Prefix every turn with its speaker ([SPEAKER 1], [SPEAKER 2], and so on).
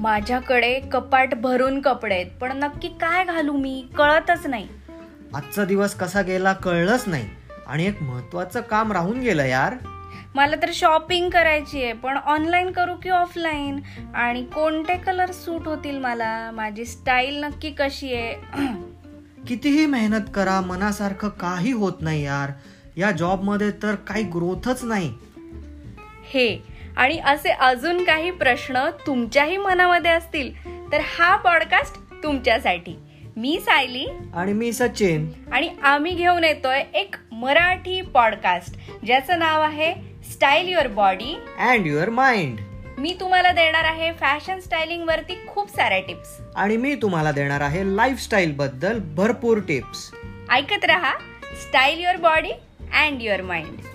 [SPEAKER 1] माझ्याकडे कपाट भरून कपडे आहेत पण नक्की काय घालू मी कळतच नाही
[SPEAKER 2] आजचा दिवस कसा गेला कळलंच नाही आणि एक महत्वाचं काम राहून गेलं यार
[SPEAKER 1] मला तर शॉपिंग करायची आहे पण ऑनलाईन करू की ऑफलाईन आणि कोणते कलर सूट होतील मला माझी स्टाईल नक्की कशी आहे
[SPEAKER 2] कितीही मेहनत करा मनासारखं काही होत नाही यार या जॉबमध्ये तर काही ग्रोथच नाही
[SPEAKER 1] हे आणि असे अजून काही प्रश्न तुमच्याही मनामध्ये असतील तर हा पॉडकास्ट तुमच्यासाठी मी सायली
[SPEAKER 2] आणि मी सचिन
[SPEAKER 1] आणि आम्ही घेऊन येतोय एक मराठी पॉडकास्ट ज्याचं नाव आहे style your body
[SPEAKER 2] and your mind
[SPEAKER 1] मी तुम्हाला देणार आहे फॅशन स्टायलिंग वरती खूप साऱ्या टिप्स
[SPEAKER 2] आणि मी तुम्हाला देणार आहे लाईफस्टाईल बद्दल भरपूर टिप्स
[SPEAKER 1] ऐकत रहा style your body and your mind